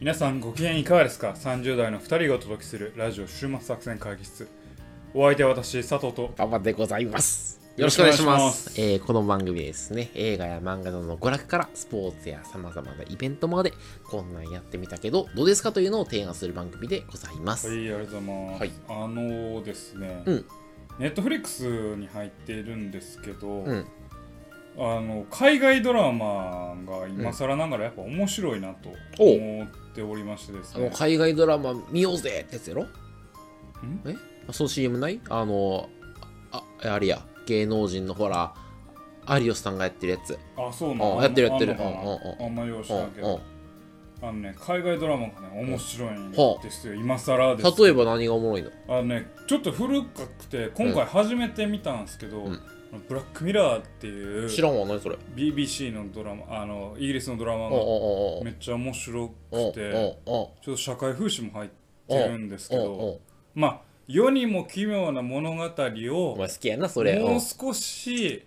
皆さんご機嫌いかがですか ?30 代の2人がお届けするラジオ週末作戦会議室。お相手は私、佐藤と。頑張ってございます。よろしくお願いします。よろしくお願いしますえーこの番組でですね、映画や漫画などの娯楽からスポーツや様々なイベントまで、こんなんやってみたけど、どうですかというのを提案する番組でございます。はい、ありがとうございます。はいあのーですね、うんネットフリックスに入っているんですけど、うん。あの海外ドラマが今更ながらやっぱ面白いなとお思っておりましてですあの、ね。海外ドラマ見ようぜってやつやろえあその CM ないあの、あ、ああれや、芸能人のほら、有吉さんがやってるやつ。あそうなのあやってるやってるあんのかなうんうんうんあんまよう知うんうらんけどん。あのね海外ドラマがね面白いんはあですよ今更ですけど例えば何がおもろいのあのねちょっと古くて今回初めて見たんですけど、うんあのブラックミラーっていう知らんわ、何それ。 BBC のドラマあのイギリスのドラマうんうんがうんうんめっちゃ面白うんくてうちょっと社会風刺も入ってるんですけんうんうんどまあ世にも奇妙な物語をお前好きやな、それ。もううん少し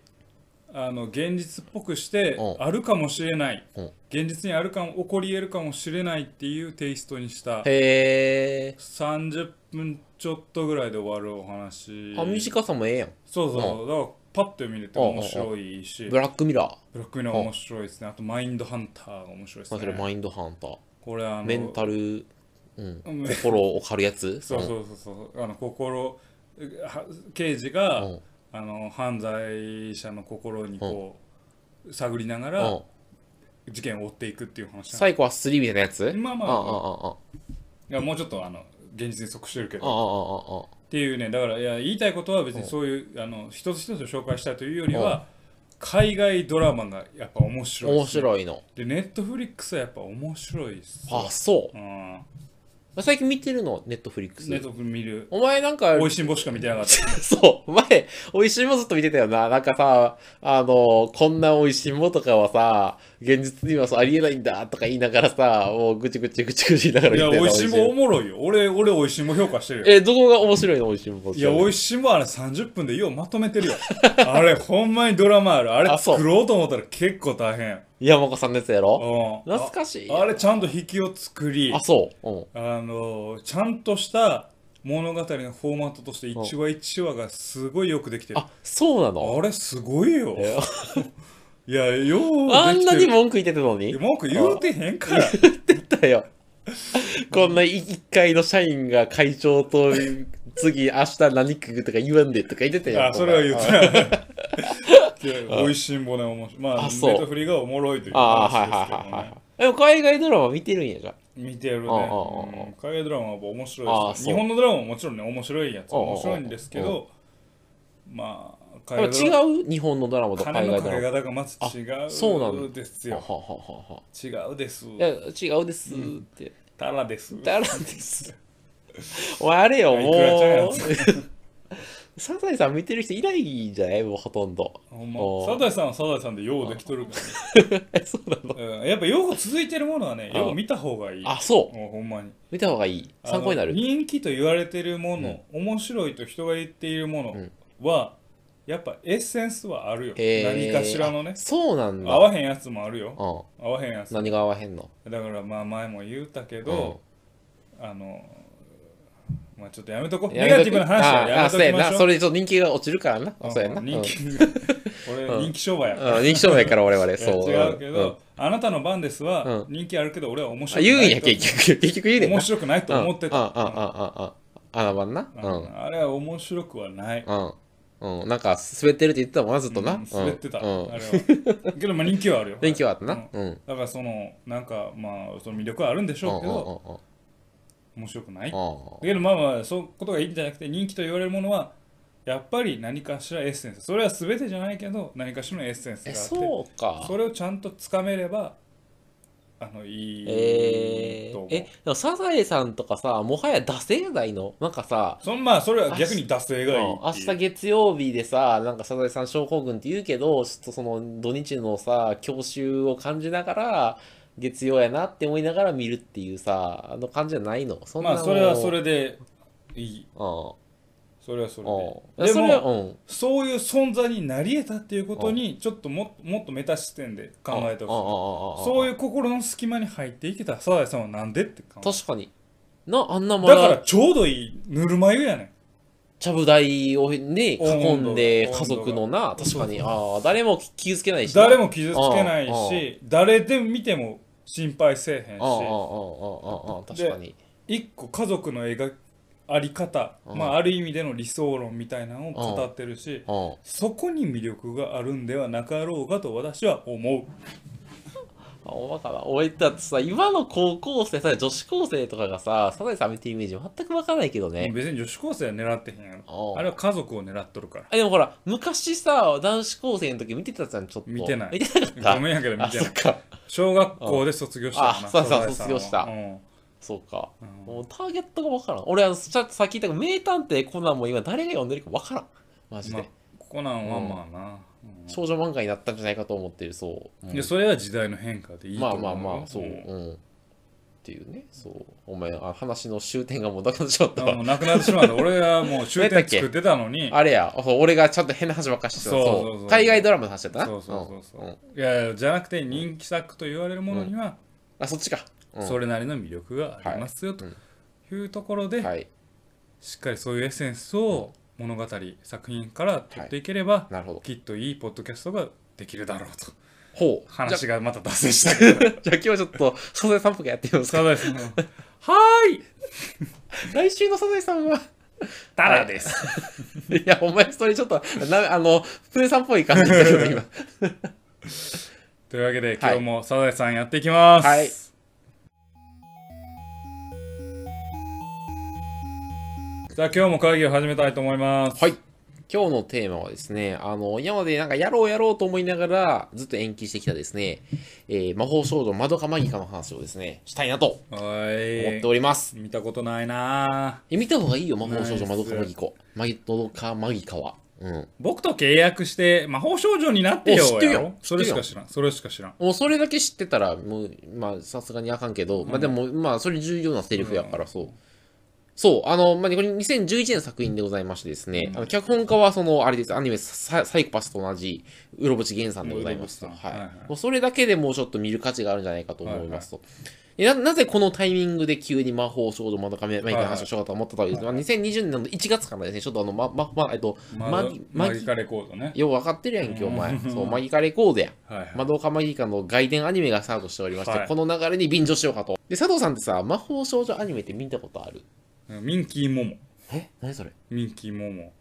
あの現実っぽくしてうんあるかもしれないうん現実にあるかも起こり得るかもしれないっていうテイストにしたへ30分ちょっとぐらいで終わるお話ー。あ、短さもええやん。そうそう、だからパッと見れて面白いし、ブラックミラー。ブラックミラー面白いですね。あとマインドハンターが面白いですまあそれね。マインドハンター。これあのメンタル、うん、うん心を狩るやつ。そうそうそうそうあの心は刑事が、うんあの犯罪者の心にこう、探りながうん。うらん事件を追っていくっていう話なんでサイコは3みたいなやつまあまああいやもうちょっとあの現実に即してるけああああああああどっていうねだからいや言いたいことは別にそういう、あの一つ一つ紹介したいというよりは、海外ドラマがやっぱ面ああ白い面ですね、白いの。で、ネットフリックスはやっぱ面白いっす。あ、そうう。ん。最近見てるの、ネットフリックスネ。ットフリ見る。お前なんか、美味しんぼしか見てなかった。 そう、前、美味しいもんずっと見てたよな。なんかさ、あの、こんな美味しいもんとかはさ、現実にはそうありえないんだとか言いながらさ、もうぐちぐちぐちぐち言いながらい見てや、たよ美な味しんぼおもろいよ。俺、俺、美味しんぼ評価してるよ。 え、どこが面白いの美味しいもん。いや、美味しんぼあれ30分でようまとめてるよ。 あれ、ほんまにドラマある。あれあそう作ろうと思ったら結構大変。山岡さんのやつやろうん。懐かしい。ああれ、ちゃんと引きを作り、あ、あそう。うん。のー、ちゃんとした物語のフォーマットとして1話1話がすごいよくできてる。あ、そうなのあれ、すごいよ。え いや、ようあでんきなてにる。文句言ってたのに文句言うてへんから。だよ。 こんな1階の社員が会長と次明日何食うとか言わんでとか言ってたよ。あ、それは言あってない。 で美味しんぼね、面白い。まあ、ネあそうットフリがおもろいというああ、話はでいすけどはいはいねは。い。でも海外ドラマ見てるんやじゃん。見てるね。あああああうん海外ドラマは面白あいですそう日本のドラマももちろんね、面白いやつああああ面白いんですけど、まあ、で海も外ドラマ。違う日本のドラマと海金の外かドけラ方がまず違あそうなうんですマ。はよ。はははは。違うです。いや、違うですって。たらです。だらです。お前あれよ、いやいくらちゃうやもんう。サザエさん見てる人いないんじゃないもうほとんど。ほんまおサザエさんはサザエさんでようできとるかえ、 そうなのらね。うんやっぱよう続いてるものはね、ああよう見た方がいい。あ、そう。もうほんまに。見た方がいい。あの参考になる。人気と言われてるもの、面白いと人が言っているものは、やっぱエッセンスはあるよへ何ーかしらのねあそうなんだ。合わへんやつもあるようん。合わへんやつ何が合わへんのだからまあ前も言うたけど、あのまあちょっとやめとこうんネガティブな話あはあやめとそうきやまな。しょそうれでちょっと人気が落ちるからな。そうやな。ううん人ん 気俺人気商売やからうん人気商売やから我々、いやそう。違うけんんど、あなたの番ですはう人気あるけど俺は面白あく言うなんや、いと結局。結局言うねんな。面白くないと思ってうん。たああ、ああ、ああ、ああ、あんな。うんあれは面白くはないうん。うん。うん。なんか、滑ってるって言ってたもんな、ずっとな。うん滑ってた、うんあ。れはけどまあ人気 はあるよ電気はあったな。うんうん。うんだからそのなんかまあその魅力はあるんでしうんょうけどうんうん面白くないだうけどまあまあそういうことがいいんじゃなくて人気と言われるものはやっぱり何かしらエッセンスそれは全てじゃないけど何かしらのエッセンスん。え、があってそうか。それをちゃんとつかめればあのいいえとー思、う、え、でもサザエさんとかさ、もはや惰性やないのなんかさ、そんまあそれは逆に惰性がいいうん明っていう日月曜日でさ、なんかサザエさん症候群って言うけど、ちょっとその土日のさ、教習を感じながら、月曜やなって思いながら見るっていうさ、あの感じじゃないのそんなまあそれはそれ。れでいいうん。そそれはそれうんでそれでは、もうん。そういう存在になり得たっていうことにちょっとももっとメタ視点で考えてほしいほ。そういうう心の隙間に入っていけたサザエさんはなんでって考え確かに。な、あんなまだからだ、ちょうどいいぬるま湯やねんちゃぶ台をね、囲んで、温度が家族のな、温確度かがに、ああ、誰も気づけないしな。誰もも傷つけないああし誰で見ても心配せえへんああ、ああ、あしあ、ああ、確かに。一個家族の描きあり方うんまあある意味での理想論みたいなのを語ってるしうん。そこに魅力があるんではなかろうかと私は思あおばかな。俺だってさ、今の高校生、さ女子高生とかがさ、サザエさん見てるイメージ全くわからないけどうね。別に女子高生は狙ってへんやろああれは家族を狙っとるからあでもほら、昔さ、男子高生の時見てたじゃん、ちょっと。見てない見てなかった。ごめんやけど見あ、てそなっいか。小学校で卒業したよなあそうそうサザエさんは卒業したうんそうか。うんもうターゲットがわからん。俺、あの、ささっき言ったけど名探偵コナンも今誰が読んでるかわからん。マジで。まあコナンはまあなうん少女漫画になったんじゃないかと思ってる、そう。うんでそれは時代の変化でいいとまあ思うまあまあ、そう。うん。っていうね、そう。お前、あ話の終点がもうなくなっちゃったあわ。のなくなってしまった俺はもう終点作ってたのにあれや、そう俺がちゃんと変な話ばっかりしてた。そうそうそう海外ドラマの話だったな。そうそうそうそう、んんいやいやじゃなくて人気作と言われるものにはあ、そっちか。うんそれなりの魅力がありますよとうんいうところではい。しっかりそういうエッセンスを物語作品から取っていければなるほど。きっといいポッドキャストができるだろうとほう。話がまた脱線したけどじゃあ 今日はちょっと、サザエさんっぽくやってみますか。サザエさんのはーい来週のサザエさんは、タラですいや、お前それちょっと、なあの、プレさんっぽい感じだけど、今。というわけではい今日もサザエさんやっていきます、はいじゃあ今日も会議を始めたいと思いますはい。今日のテーマはですね、あの、今までなんかやろうやろうと思いながら、ずっと延期してきたですね、えー魔法少女まどかマギカの話をですね、したいなとは思っーていおります。見たことないなぁえ見た方がいいよ、魔法少女ナまイスどかマギコ。まどかマギカは。うん。僕と契約して魔法少女になってよお知ってるやよろそれしか知らんそれしか知らんもうそれだけ知ってたら、もう、まあ、さすがにあかんけど、まあでも、まあ、それ重要なセリフやから、そう。そう、あの、まあ、これ2011年の作品でございましてですね、あの脚本家は、その、あれです、アニメサ、サイコパスと同じ、うろぼち源さんでございますと。うろぼちはさんい。はいはいもうそれだけでもうちょっと見る価値があるんじゃないかと思いますと。でななぜこのタイミングで急に魔法少女まどかめまいの話をしようかと思ったというと、まあ2020年の1月からですね、ちょっとあの、ま、ま、ま、えっと、ママギギ、ママギギ、カレコードねよう分かってるやんけ、お前。そう、マギカレコードやん。はいはいマドカマギカの外伝アニメがスタートしておりまして、はいこの流れに便乗しようかと。で、佐藤さんってさ、魔法少女アニメって見たことあるミンキーモモえ何それミンキーモモ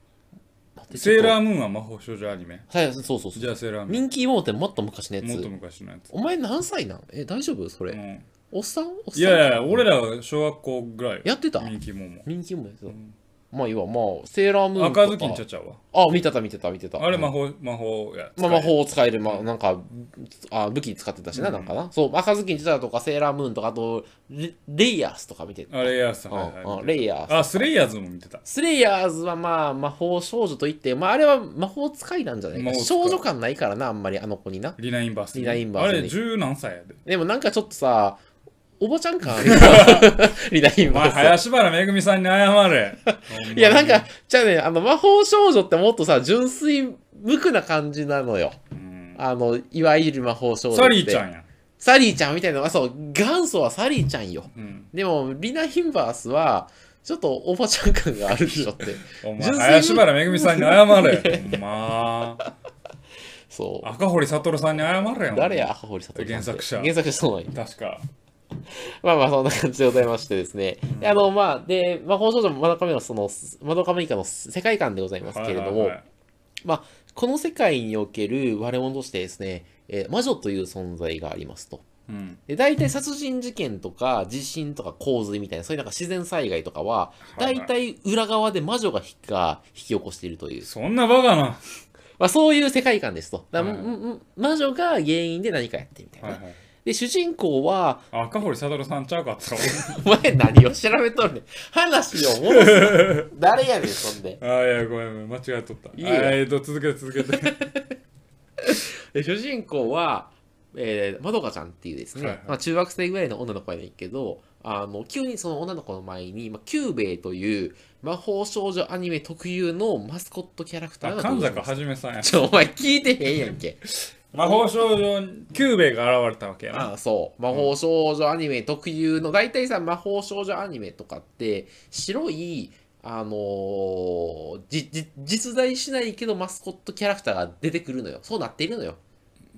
待ってセーラーームーンは魔法少女アニメはい、そうそうそう。じゃあセーラームミンキーモーってもっと昔のやーンもっとつ。昔のやつお前何歳なんえ、大丈夫それ、うんおっさんおっさんいやいや俺らは小学校ぐらいよやってたミンキーモモミンキーモーやってた。んまあ、いいわ、まあ、セーラームーン赤ずきんちとゃちゃうわか。あ、見てた見てた見てた。あれ魔法魔法やまあ、魔法を使える、まあ、なんか、あ武器に使ってたしな、なんかな。そう、赤ずきんちゃちゃとか、セーラームーンとか、あと、レレイヤースとか見てた。あれやさんうんはいはうんいレイヤースあスレイヤーズも見てたスレイヤーズはまあ魔法少女といって、まああれは魔法使いなんじゃない魔か。法使い少女感ないからな、あんまりあの子にな。リナインバースリナインバースあれ十何歳やででもなんかちょっとさ、おばち ゃん感あるなリナインお前バー林原めぐみさんに謝れス。 いやなんか、じゃあね、あの魔法少女ってもっとさ、純粋無垢な感じなのよ。うんあの、いわゆる魔法少女って。サリーちゃんやサリーちゃんみたいなのが、そう、元祖はサリーちゃんよ。うんでも、リナインバースは、ちょっとおばちゃん感があるで しょって。お前純粋に林原めぐみさんに謝れ ほんまそう。赤堀悟さんに謝れよ誰や、赤堀悟さんって。原作者原作者そうなんよ確かまあまあそんな感じでございましてですね。であのまあ、で、魔法少女まどかめのその、まどかめ以下の世界観でございますけれども、はいはいはいこの世界における我々としてですね、えー魔女という存在がありますと。うんで、大体殺人事件とか地震とか洪水みたいな、そういうなんか自然災害とかは、はい大体裏側で魔女が引きが引き起こしているという、そんなバカなはまあそういう世界観ですと。だからはいうんうん魔女が原因で何かやってるみたいいな。はいで、主人公は、赤堀悟さんちゃうかったわお前何を調べとるねん話を戻すな誰やねんそんであーいやごめんごめん間違えとったいいよえーと続けて続けて で主人公は、えーまどかちゃんっていうですね、はいはいまあ、中学生ぐらいの女の子やねんけどあの急にその女の子の前に、まあ、キューベイという魔法少女アニメ特有のマスコットキャラクターあが神登場し坂まはすじめさんやちょお前聞いてへんやんけ魔法少女キューベイが現れたわけやなああそう魔法少女アニメ特有の大体さ魔法少女アニメとかって白いあのーじじ実在しないけどマスコットキャラクターが出てくるのよそうなっているのよ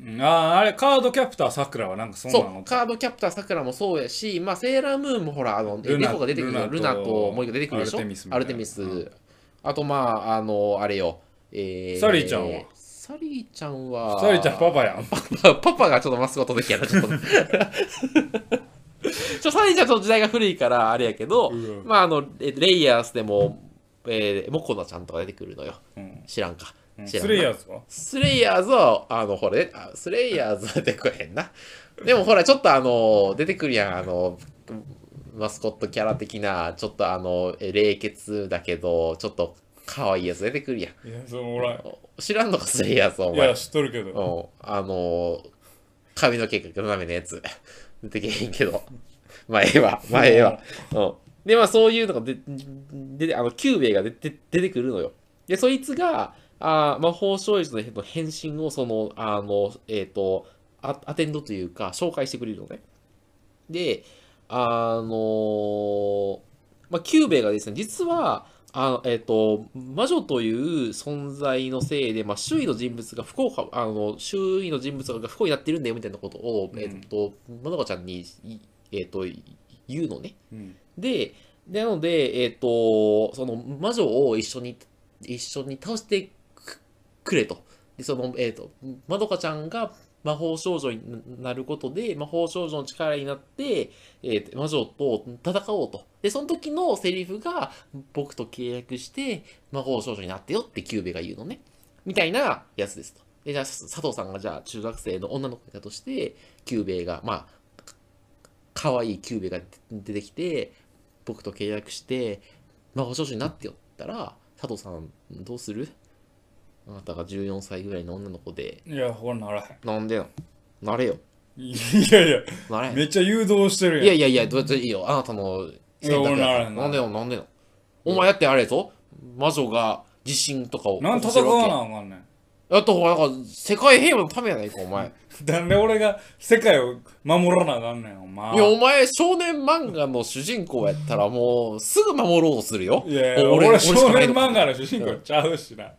うんあーあれカードキャプターさくらはなんかそんなそのう、カードキャプターさくらもそうやし、まあ、セーラームーンもほら、あの、ルナ猫が出てくるの、ルルナナとともう一個出てくるでしょアルテミスみたいなアルテミスうんあと、まあ、あの、あれよ。えー、サリーちゃんはサリーちゃんは、サリちゃんパパやんパ パパがちょっとマスコットできやな、ちょっと。ちょサリーちゃんちょっと時代が古いから、あれやけど、うんまあ、あの、えレイヤースでも、えー、モコナちゃんとか出てくるのよ。うん知らんか。うん知らスんなレイヤーズかスレイヤーズは、あの、ほら、えあスレイヤーズは出てこへんな。でもほら、ちょっとあの、出てくるやん、あの、マスコットキャラ的な、ちょっとあの、え冷血だけど、ちょっと可愛いやつ出てくるやん。いやその俺知らんのか、スレイヤーズ、おい前。うやん知っとるけどあの、髪の毛が斜めのやつ。 出てけへんけど。 まあ、ええわ、まあ、ええわ。うん。で、まあ、そういうのがで、で、であの、キューベイが出て、出てくるのよ。で、そいつが、あー魔法少女の変身を、その、あの、えっ、とア、アテンドというか、紹介してくれるのね。で、あのーまあ、キューベイがですね、実は、あのえっ、と、魔女という存在のせいで、まあ、周囲の人物が不幸か、あの、周囲の人物が不幸になってるんだよ、みたいなことを、えっ、と、まなこちゃんに、いえっ、と、言うのね。うんで、なので、えっ、と、その魔女を一緒に、一緒に倒してくくれと。で、その、えっ、と、まどかちゃんが魔法少女になることで、魔法少女の力になって、えーと魔女と戦おうと。で、その時のセリフが、僕と契約して、魔法少女になってよってキューベが言うのね。みたいなやつですと。で、じゃあ、佐藤さんが、じゃあ、中学生の女の子だとして、キューベが、まあ、可愛いキューベが出てきて僕と契約して魔法少女になってよったら佐藤さんどうするあなたが14歳ぐらいの女の子でいやほらならへなんでよなれよんいやいやなれめっちゃ誘導してるいややんいやいやどうやっていいよあなたのい選択や俺ならやへんななんでよなんでよお前やってあれぞ魔女が地震とかをなん起でこして戦るわわなあかんねんけやっとほらなんか世界平和のためやないかお前なんで俺が世界を守らなあかんねんお前いやお前少年漫画の主人公やったらもうすぐ守ろうとするよいやいもやう俺俺し少かない年のか漫画の主人公ちゃうしな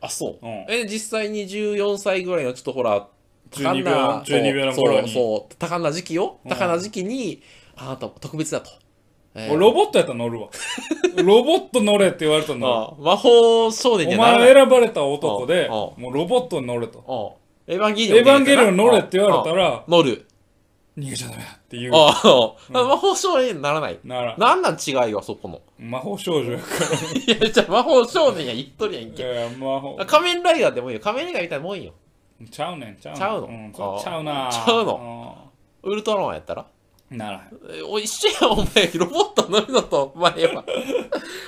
あ、そう。うんえ、実際に14歳ぐらいのちょっとほら、多感12な、秒12秒の頃にそう、そう、多感な時期よ。うん多感な時期に、あなたも特別だと。えー俺ロボットやったら乗 るわロボット乗れって言われたら乗るあ魔法少年におはならない前選ばれた男でうんもうロボットに乗れとうんエヴァンゲリオンエヴァンゲリオン乗れって言われたら、らうん乗る。逃げちゃダメだっていうああ、魔法少年にならない。ならなんなん違いはそこの。魔法少女やかいや、じゃあ魔法少年や言っとるやんけ。らいや魔法仮面ライダーでもいいよ。仮面ライダーみたいなもんよ。ちゃうねんちゃうねんちゃうのんああちゃうなちゃうのウルトラマンやったらならへんえおい一緒やん、お前。ロボット乗るのと、 お前は。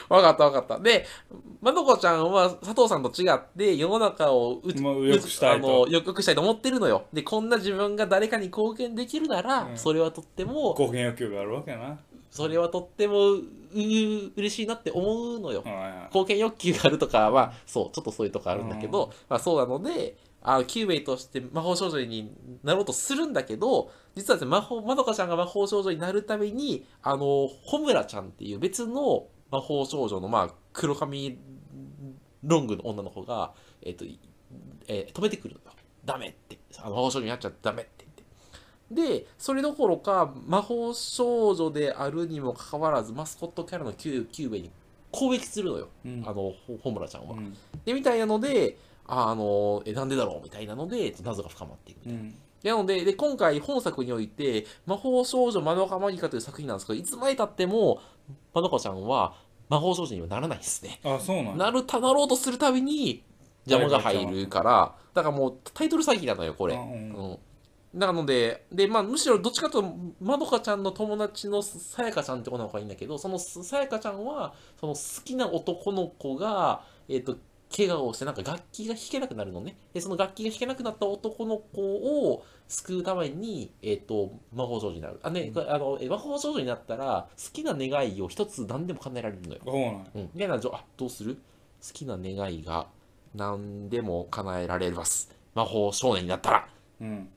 わかったわかった。で、まどこちゃんは佐藤さんと違って、世の中をうもう良くしたいとあのよくしたいと思ってるのよ。で、こんな自分が誰かに貢献できるなら、うんそれはとっても、貢献欲求があるわけやなそれはとっても、う、う嬉しいなって思うのよう。ん貢献欲求があるとかは、そう、ちょっとそういうとこあるんだけど、まあそうなので、あのキューベイとして魔法少女になろうとするんだけど、実はですね、魔法、まどかちゃんが魔法少女になるために、あの、ホムラちゃんっていう別の魔法少女の、まあ、黒髪ロングの女の子が、えっ、と、いえー止めてくるのよ。ダメって。あの魔法少女になっちゃダメって言って。で、それどころか、魔法少女であるにもかかわらず、マスコットキャラのキューキューベイに攻撃するのよ。うんあの、ほホムラちゃんはう。んで、みたいなので、ああの、え、なんでだろうみたいなので、謎が深まっていく。うんなので、で、今回本作において、魔法少女まどかマギカという作品なんですけど、いつまでたっても、まどかちゃんは魔法少女にはならないんですね。あそうなんやなるたなろうとするたびに邪魔が入るから、だからもうタイトル詐欺なのよ、これ。あうんうんなので、で、まあ、むしろどっちかというと、まどかちゃんの友達のさやかちゃんって子の方がいいんだけど、そのさやかちゃんは、その好きな男の子が、えっ、と、怪我をしてなんか楽器が弾けなくなるのねでその楽器が弾けなくなった男の子を救うために、えっと魔法少女になるあ、ねあのえ魔法少女になったら好きな願いを一つ何でも叶えられるのよ、そうなんやうん、みたいなじょあどうする好きな願いが何でも叶えられます魔法少年になったらうん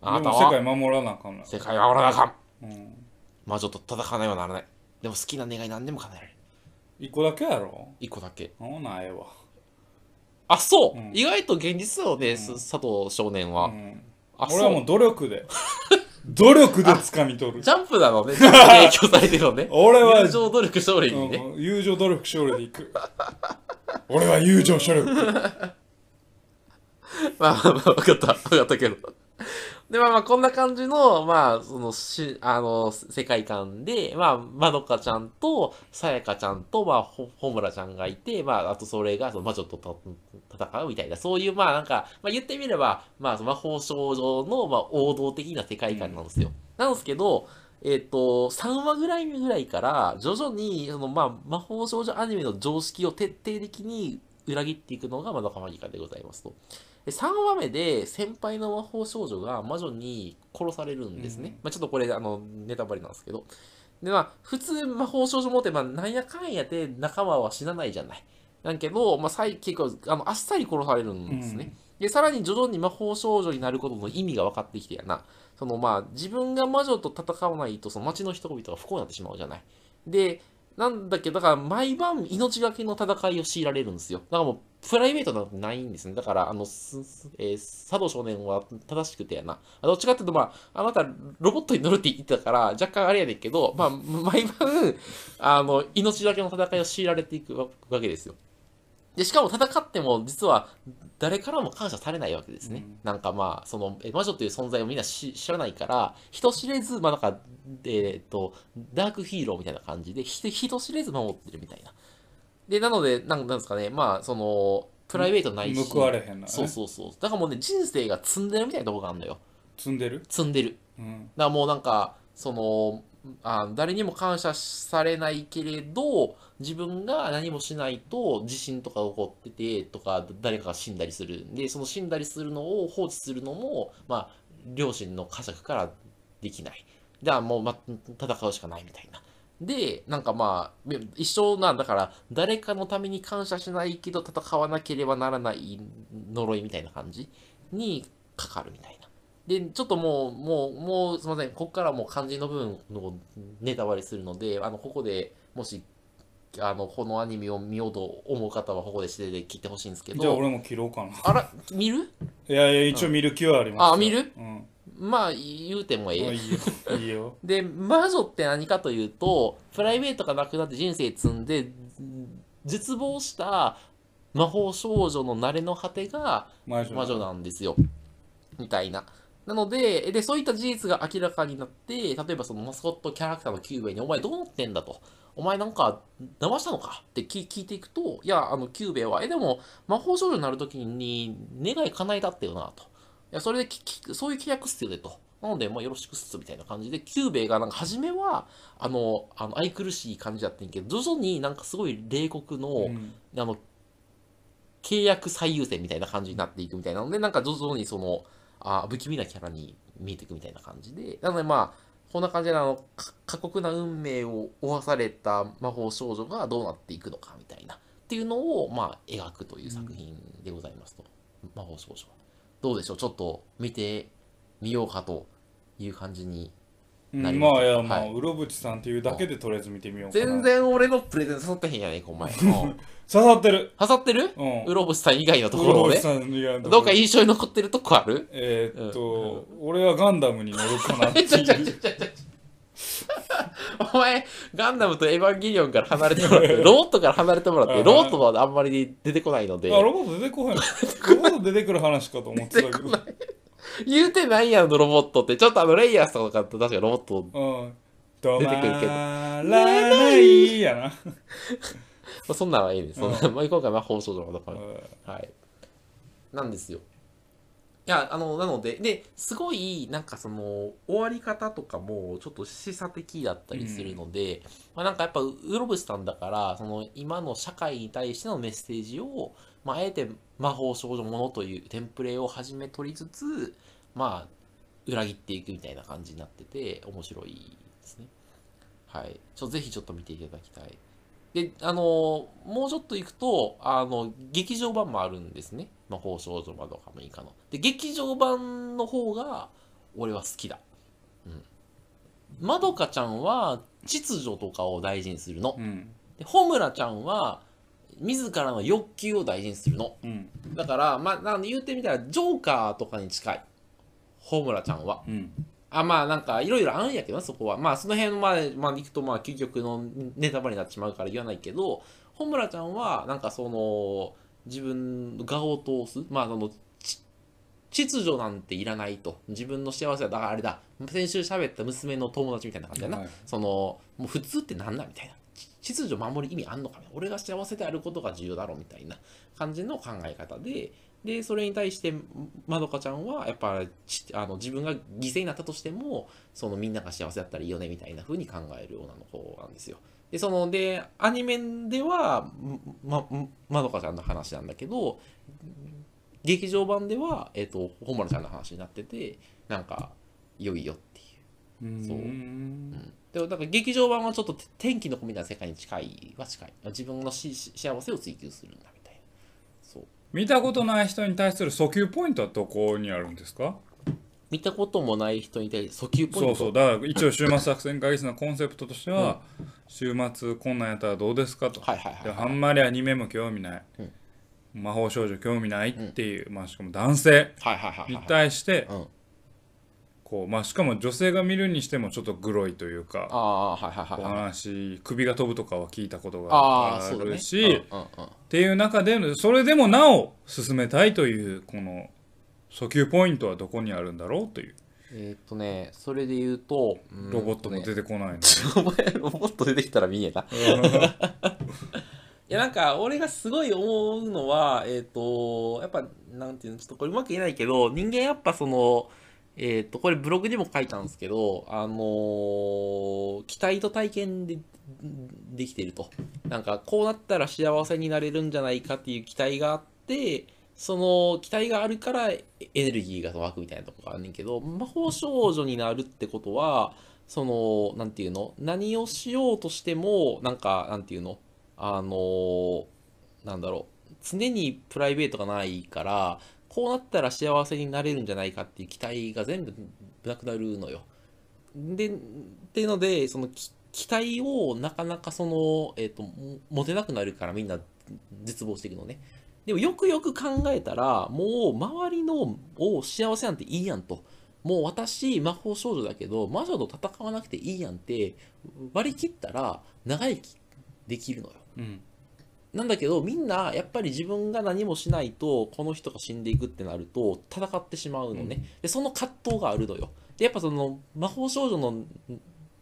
あでなたも世は界守らなあかんな世界は俺らなあかんうん魔女と戦わなようにならないでも好きな願い何でも叶えられる一個だけやろ一個だけほなええわあそう、うん意外と現実だよね、す佐藤少年は、うんあ俺はそもう努力で努力で掴み取る。ジャンプなのね、ジャンプに影響されてるのね 俺は友情努力勝利にね。うん友情努力勝利でいく俺は友情勝利 まあまあまあ、わかった、わかったけど。で、まあまあ、こんな感じの、まあ、その、し、あの、世界観で、まあ、まどかちゃんと、さやかちゃんと、まあ、ほ、ほむらちゃんがいて、まあ、あとそれが、その、魔女とと戦うみたいな、そういう、まあなんか、まあ言ってみれば、まあ、その魔法少女の、まあ、王道的な世界観なんですよ。なんですけど、えっ、と、3話ぐらいぐらいから、徐々に、その、まあ、魔法少女アニメの常識を徹底的に裏切っていくのが、まどかマギカでございますと。で3話目で先輩の魔法少女が魔女に殺されるんですね。うんまあ、ちょっとこれあのネタバレなんですけど。でまあ、普通魔法少女持って、まあ、なんやかんやで仲間は死なないじゃない。なんけど、まあ、最結構あのあっさり殺されるんですね。でさらに徐々に魔法少女になることの意味が分かってきてやなそのまあ自分が魔女と戦わないとその町の人々が不幸になってしまうじゃないでなんだっけどだから毎晩命がけの戦いを強いられるんですよだからもうプライベートなんてないんですねだからあの、すすえー佐藤少年は正しくてやなあどっちかっていうとまああなたロボットに乗るって言ってたから若干あれやねんけどまあ毎晩あの命がけの戦いを強いられていくわわけですよでしかも戦っても実は誰からも感謝されないわけですね。うんなんかまあそのえ魔女という存在をみんな知知らないから人知れずまあなんかえっ、とダークヒーローみたいな感じでひ人知れず守ってるみたいな。でなのでなんなんですかねまあそのプライベートないし報われへんなそうそうそうだからもうね人生が積んでるみたいなとこがあるのよ積んでる積んでる。うんだからもうなんかそのあ誰にも感謝されないけれど自分が何もしないと地震とか起こっててとか誰かが死んだりするんでその死んだりするのを放置するのも、まあ、両親の呵責からできないじゃあもう、ま、戦うしかないみたいな。で、なんかまあ、一生なんだから、誰かのために感謝しないけど戦わなければならない呪いみたいな感じにかかるみたいな。で、ちょっともう、もう、もう、すみません。ここからもう漢字の部分のネタバレするので、あの、ここでもし、あの、このアニメを見ようと思う方は、ここで指定で聞いてほしいんですけじゃあど、俺も切ろうかなあら、見るいやいや一応見る気はありますよあ見るうんまあ、言うてもええあいいよいいよで魔女って何かというとプライベートがなくなって人生積んで絶望した魔法少女の慣れの果てが魔女魔女なんですよみたいな。なのでで、そういった事実が明らかになって、例えばそのマスコットキャラクターのキューベに、お前どうなってんだと、お前なんか騙したのかって聞聞いていくと、いや、あのキューベは、え、でも魔法少女になるときに願い叶えたってよなと。いや、それでききそういう契約っすよねと。なので、まあ、よろしくっすみたいな感じで、キューベがなんか初めは、あの、あの愛くるしい感じだったんやけど、徐々になんかすごい冷酷の、うんあの、契約最優先みたいな感じになっていくみたいなので、なんか徐々にその、あ不気味なキャラに見えていくみたいな感じで、なのでまあ、こんな感じであの、か過酷な運命を負わされた魔法少女がどうなっていくのかみたいな、っていうのを、まあ、描くという作品でございますと。魔法少女は。どうでしょうちょっと見てみようかという感じに。うんなりまますあいやまはあいうろぶちさんっていうだけでとりあえず見てみようかな全然俺のプレゼン誘ってへんやねんか、お前。 うん刺さってる刺さってるうんうろぼしさん以外のとこうろろをぶねち。さんいやどうか印象に残ってるとこあるえーっと俺はガンダムに乗るかなってえ ちゃちゃいちゃうちゃちゃお前、ガンダムとエヴァンゲリオンから離れて もらって、ロボットから離れてもらって、ロボットはあんまり出てこないので、あロボット出てこへん ロボット出てくる話かと思ってたけど言うてないやんのロボットって、ちょっとあのレイヤースとかと確かロボット、うん止出てくるけどまらないやなまあ、そんなんはいいです。そんなまあ今回は放送とかだかうら、んはい。なんですよ。いや、あの、なので、で、すごい、なんかその、終わり方とかも、ちょっと示唆的だったりするので、まあなんかやっぱ、ウロブスさんだから、その、今の社会に対してのメッセージを、まあ、あえて、魔法少女ものというテンプレを始め取りつつ、まあ、裏切っていくみたいな感じになってて、面白いですね。はい。ちょ、ぜひちょっと見ていただきたい。で、あの、もうちょっと行くと、あの、劇場版もあるんですね。魔法少女まどかもいいかの。で、劇場版の方が、俺は好きだ。うん。まどかちゃんは、秩序とかを大事にするの。うんで、ほむらちゃんは、自らの欲求を大事にするの。うんだから、まあ、なん言うてみたら、ジョーカーとかに近い。ほむらちゃんは。うんあまあなんかいろいろあるんやけどなそこはまあその辺まで、まあ、行くとまあ究極のネタバレになってしまうから言わないけど本村ちゃんはなんかその自分の顔を通すまあそのち秩序なんていらないと自分の幸せはだからあれだ先週喋った娘の友達みたいな感じだな、はいそのもう普通ってなんだみたいなち秩序守る意味あんのかな俺が幸せであることが重要だろみたいな感じの考え方ででそれに対してまどかちゃんはやっぱちあの自分が犠牲になったとしてもそのみんなが幸せだったらいいよねみたいな風に考える女の子なんですよ。でそのでアニメではまままどかちゃんの話なんだけど劇場版では、えっと本丸ちゃんの話になっててなんか良いよっていう。うんそううんでもなんか劇場版はちょっと天気の子みたいな世界に近いは近い自分のしし幸せを追求するんだみたいなそう見たことない人に対する訴求ポイントはどこにあるんですか見たこともない人に対して訴求ポインそトうそうだから一応週末作戦会議室のコンセプトとしては、週末こんなんやったらどうですかと、はいはいではいあんまりアニメも興味ない、うん魔法少女興味ないっていう、まあしかも男性はいはいはいにはい対して、うんこうまあしかも女性が見るにしてもちょっとグロいというかああはいはいはいおはい話首が飛ぶとかは聞いたことあがああそうだねるし、うんうんうんっていう中でのそれでもなお進めたいというこの訴求ポイントはどこにあるんだろうというえーっとねそれで言うとうーんとねロボットも出てこないの、 お前ロボット出てきたら見えた いやなんか俺がすごい思うのはえっ、とやっぱなんていうのちょっとこれうまく言えないけど人間やっぱそのえっ、とこれブログにも書いたんですけどあのー期待と体験でできてるとなんかこうなったら幸せになれるんじゃないかっていう期待があってその期待があるからエネルギーが湧くみたいなとこがあんねんけど魔法少女になるってことはそのなんていうの何をしようとしてもなんかなんていうのあのーなんだろう常にプライベートがないからこうなったら幸せになれるんじゃないかっていう期待が全部なくなるのよ。でっていうのでそのき期待をなかなかその、えっとも持てなくなるからみんな絶望していくのね。でもよくよく考えたらもう周りのを幸せなんていいやんと。もう私魔法少女だけど魔女と戦わなくていいやんって割り切ったら長生きできるのよ。うんなんだけどみんなやっぱり自分が何もしないとこの人が死んでいくってなると戦ってしまうのね、でその葛藤があるのよでやっぱその魔法少女の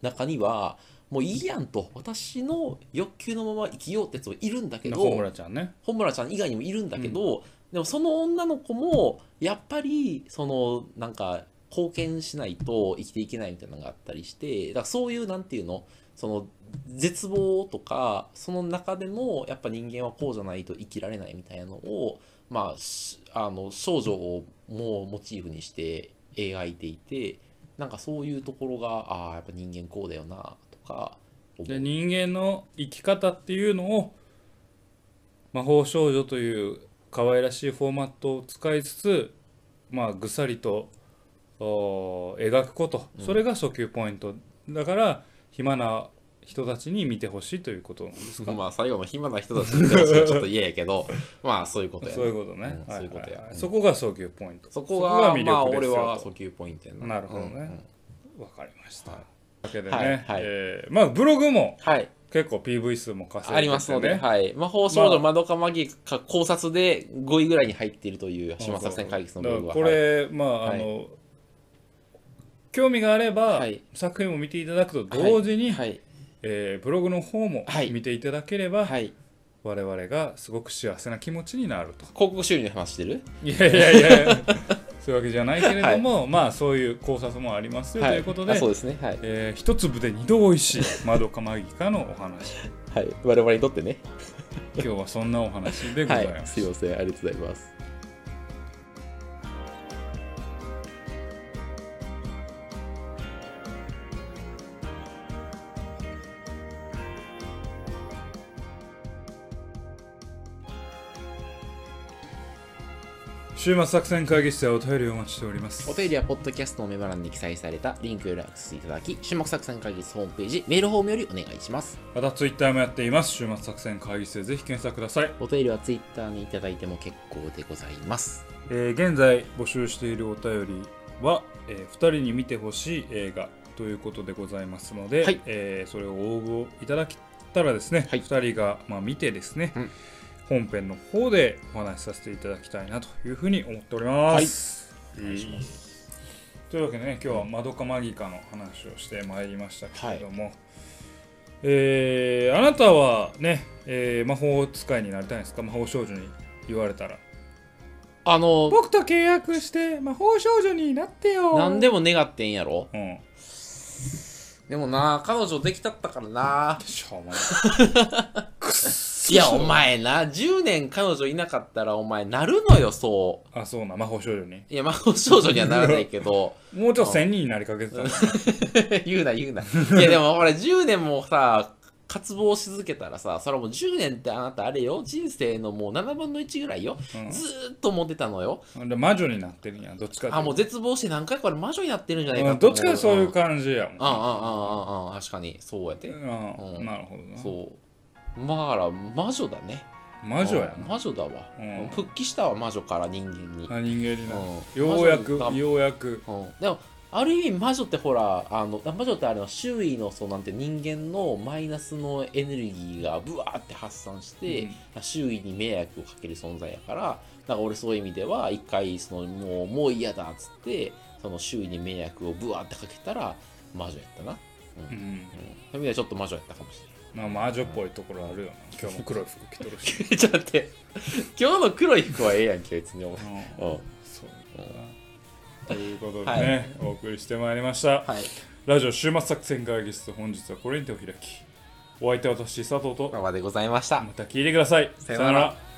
中にはもういいやんと私の欲求のまま生きようってやつもいるんだけど中村ちゃんね本村ちゃん以外にもいるんだけど、でもその女の子もやっぱりそのなんか貢献しないと生きていけないみたいなのがあったりしてだからそういうなんていうのその絶望とかその中でもやっぱ人間はこうじゃないと生きられないみたいなのをまあしあの少女をもうモチーフにして描いていてなんかそういうところがああやっぱ人間こうだよなとか思うで人間の生き方っていうのを魔法少女という可愛らしいフォーマットを使いつつまあぐさりとおー描くことそれが訴求ポイント、だから暇な人たちに見てほしいということなんですか、 まあ最後の暇な人たちに関してはちょっと嫌やけ どまあそういうことやそういうねことね、うんそういうことやうんそこが訴求ポイントそこが魅まあ力です俺よはと訴求ポイントやななるほどうんうんねわ、かりました、はいというわけでね、はいはいえーまあブログもはい結構 PV 数も稼いでて、ね、ありますので、はい、魔法少女まどかマギか考察で5位ぐらいに入っているという島作戦会議室のブログはだからこはいれ、まああの、興味があれば、はい作品も見ていただくと同時に、はいえーブログの方もはい見ていただければ、はい我々がすごく幸せな気持ちになると広告収入の話してるいやいやいや そういうわけじゃないけれども、まあそういう考察もありますよ、はということあでそうですねはい、えー一粒で二度おいしいまどかマギカのお話 はい、我々にとってね今日はそんなお話でごはざいいますすいませんありがとうございます週末作戦会議室ではお便りをお待ちしておりますお便りはポッドキャストのメモ欄に記載されたリンクよりアクセスいただき、種目作戦会議室ホームページ、メールフォームよりお願いします。またツイッターもやっています週末作戦会議室でぜひ検索ください、お便りはツイッターにいただいても結構でございます。えー現在募集しているお便りは、え2人に見てほしい映画ということでございますので、はいえーそれを応募いただけたらですね、はい2人が、まあ、見てですね、うん本編の方でお話しさせていただきたいなというふうに思っております、お願いします。というわけでね今日は「まどかマギカ」の話をしてまいりましたけれども、えーあなたはね、えー魔法使いになりたいんですか魔法少女に言われたらあの、僕と契約して魔法少女になってよなんでも願ってんやろうんでもな、彼女できたったからな。しょうも いや、お前な、10年彼女いなかったらお前なるのよ、そないあそうな魔法少女にう。いや、魔法少女にはならないけど、 もうちょっと1000人になりかけてたんですね言うな言うな。いや、でも俺10年もさ、渇望し続けたらさ、それはもう10年ってあなたあれよ、人生のもう7分の1ぐらいよ。ずーっと思ってたのよ。うんで魔女になってるんやどっちかってあ、もう絶望して何回か俺魔女になってるんじゃないうんかどっちかでそういうか。感じやもんうんうんうんうんうん、確かに。そうやって。うんうんなるほどなそう。まあ、だから魔女だね。魔女やうんな魔女だわうん。復帰したわ、魔女から人間に。あ人間になるうんようやく魔女にようやくうん、でもある意味魔女ってほらあのあ魔女ってあれは周囲のそうなんて人間のマイナスのエネルギーがブワーって発散して、周囲に迷惑をかける存在やからだから俺そういう意味では一回そのもうもう嫌だっつってその周囲に迷惑をブワーってかけたら魔女やったな、うんうん、そういう意味ではちょっと魔女やったかもしれないまあ魔女っぽいところあるよな今日も黒い服着とるしちょっと待って今日の黒い服はええやんけ別にお う前んうんはそうだなということではね、お送りしてまいりましたいラジオ週末作戦会議室本日はこれにてお開きお相手は私佐藤とママでございましたまた聞いてくださいさようなら